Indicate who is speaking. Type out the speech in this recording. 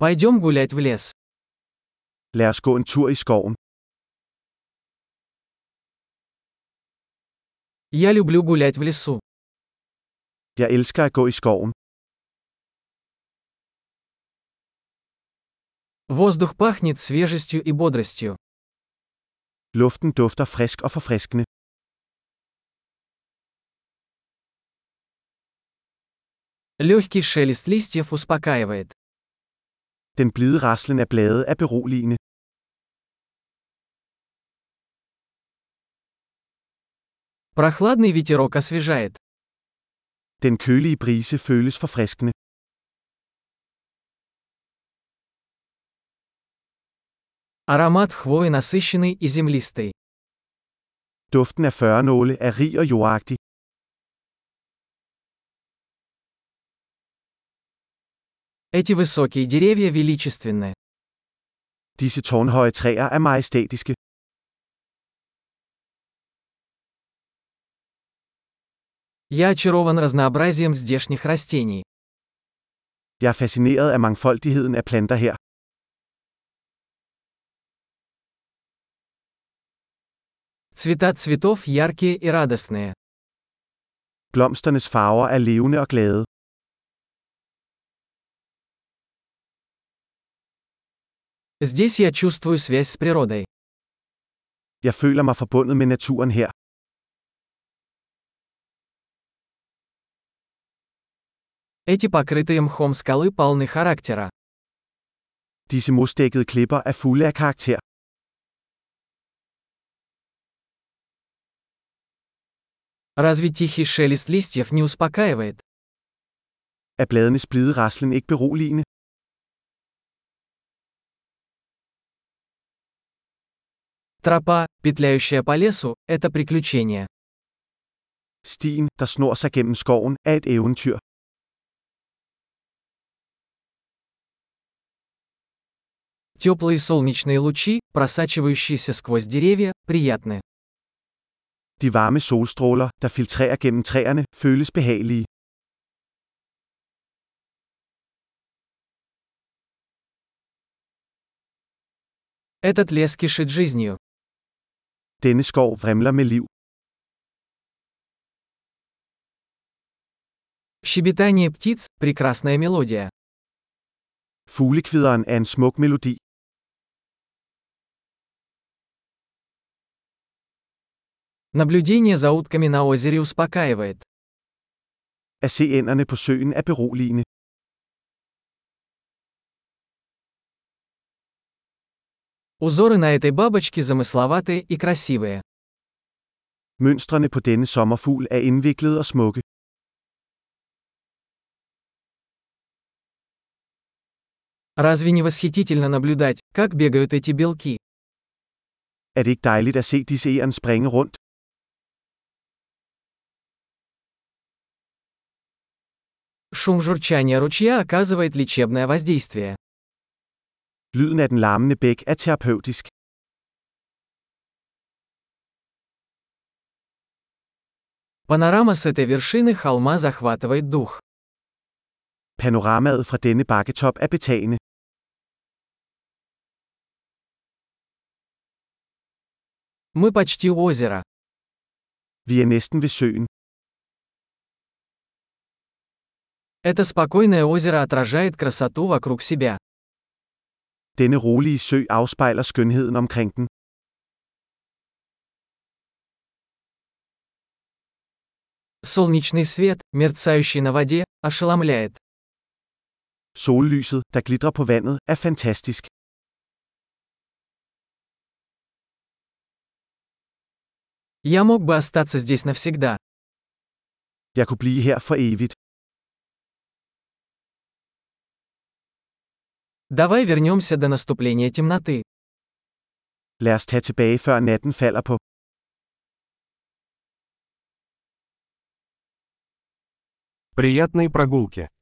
Speaker 1: Пойдем гулять в лес.
Speaker 2: Lad os gå en tur i skoven.
Speaker 1: Я люблю гулять в лесу.
Speaker 2: Jeg elsker at gå i skoven.
Speaker 1: Воздух пахнет свежестью и бодростью.
Speaker 2: Luften dufter frisk og forfriskende.
Speaker 1: Легкий шелест листьев успокаивает.
Speaker 2: Den blide raslen af blade er beroligende.
Speaker 1: Прохладный ветерок освежает.
Speaker 2: Den kølige brise føles forfriskende.
Speaker 1: Аромат хвои насыщенный и землистый.
Speaker 2: Duften af førnåle er rig og jordagtig.
Speaker 1: Эти высокие деревья величественны.
Speaker 2: Disse tårnhøje træer er majestætiske.
Speaker 1: Я очарован разнообразием здешних растений.
Speaker 2: Jeg er fascineret af mangfoldigheden af planter her.
Speaker 1: Цвета цветов яркие и радостные.
Speaker 2: Blomsternes farver er levende og glade.
Speaker 1: Здесь я чувствую связь с природой.
Speaker 2: Jeg føler mig forbundet med naturen her.
Speaker 1: Эти покрытые мхом скалы полны характера.
Speaker 2: Disse mosdækkede klipper er fulde af karakter.
Speaker 1: Разве тихий шелест листьев не успокаивает?
Speaker 2: Er bladenes blide raslen ikke beroligende?
Speaker 1: Тропа, петляющая по лесу, это приключение.
Speaker 2: Stien, der snor sig gennem skoven, er et eventyr.
Speaker 1: Теплые солнечные лучи, просачивающиеся сквозь деревья, приятны.
Speaker 2: De varme solstråler, der filtrerer gennem træerne, føles behagelige.
Speaker 1: Этот лес кишит жизнью.
Speaker 2: Denne skov vrimler med liv.
Speaker 1: Щебетание птиц – прекрасная мелодия.
Speaker 2: Fuglekvideren er en smuk melodi.
Speaker 1: Наблюдение за утками на озере успокаивает.
Speaker 2: At se ænderne på søen er beroligende.
Speaker 1: Узоры на этой бабочке замысловатые и красивые.
Speaker 2: Mønstrene på denne sommerfugl er indviklede og smukke.
Speaker 1: Разве не восхитительно наблюдать, как бегают эти белки?
Speaker 2: Er det ikke dejligt at se disse æren springe rundt?
Speaker 1: Шум журчания ручья оказывает лечебное воздействие.
Speaker 2: Lyden af den larmende bæk er terapeutisk.
Speaker 1: Панорама с этой вершины холма захватывает дух.
Speaker 2: Panoramaet fra denne bakketop er betagende.
Speaker 1: Мы почти у озера.
Speaker 2: Vi er næsten ved søen.
Speaker 1: Это спокойное озеро отражает красоту вокруг себя.
Speaker 2: Denne rolige sø afspejler skønheden omkring den.
Speaker 1: Солнечный свет, мерцающий на воде, ошеломляет.
Speaker 2: Sollyset, der glitrer på vandet, er fantastisk.
Speaker 1: Я мог бы остаться здесь навсегда.
Speaker 2: Jeg kunne blive her for evigt.
Speaker 1: Давай вернемся до наступления темноты.
Speaker 2: Lad os tage tilbage før natten falder på.
Speaker 3: Приятной прогулки!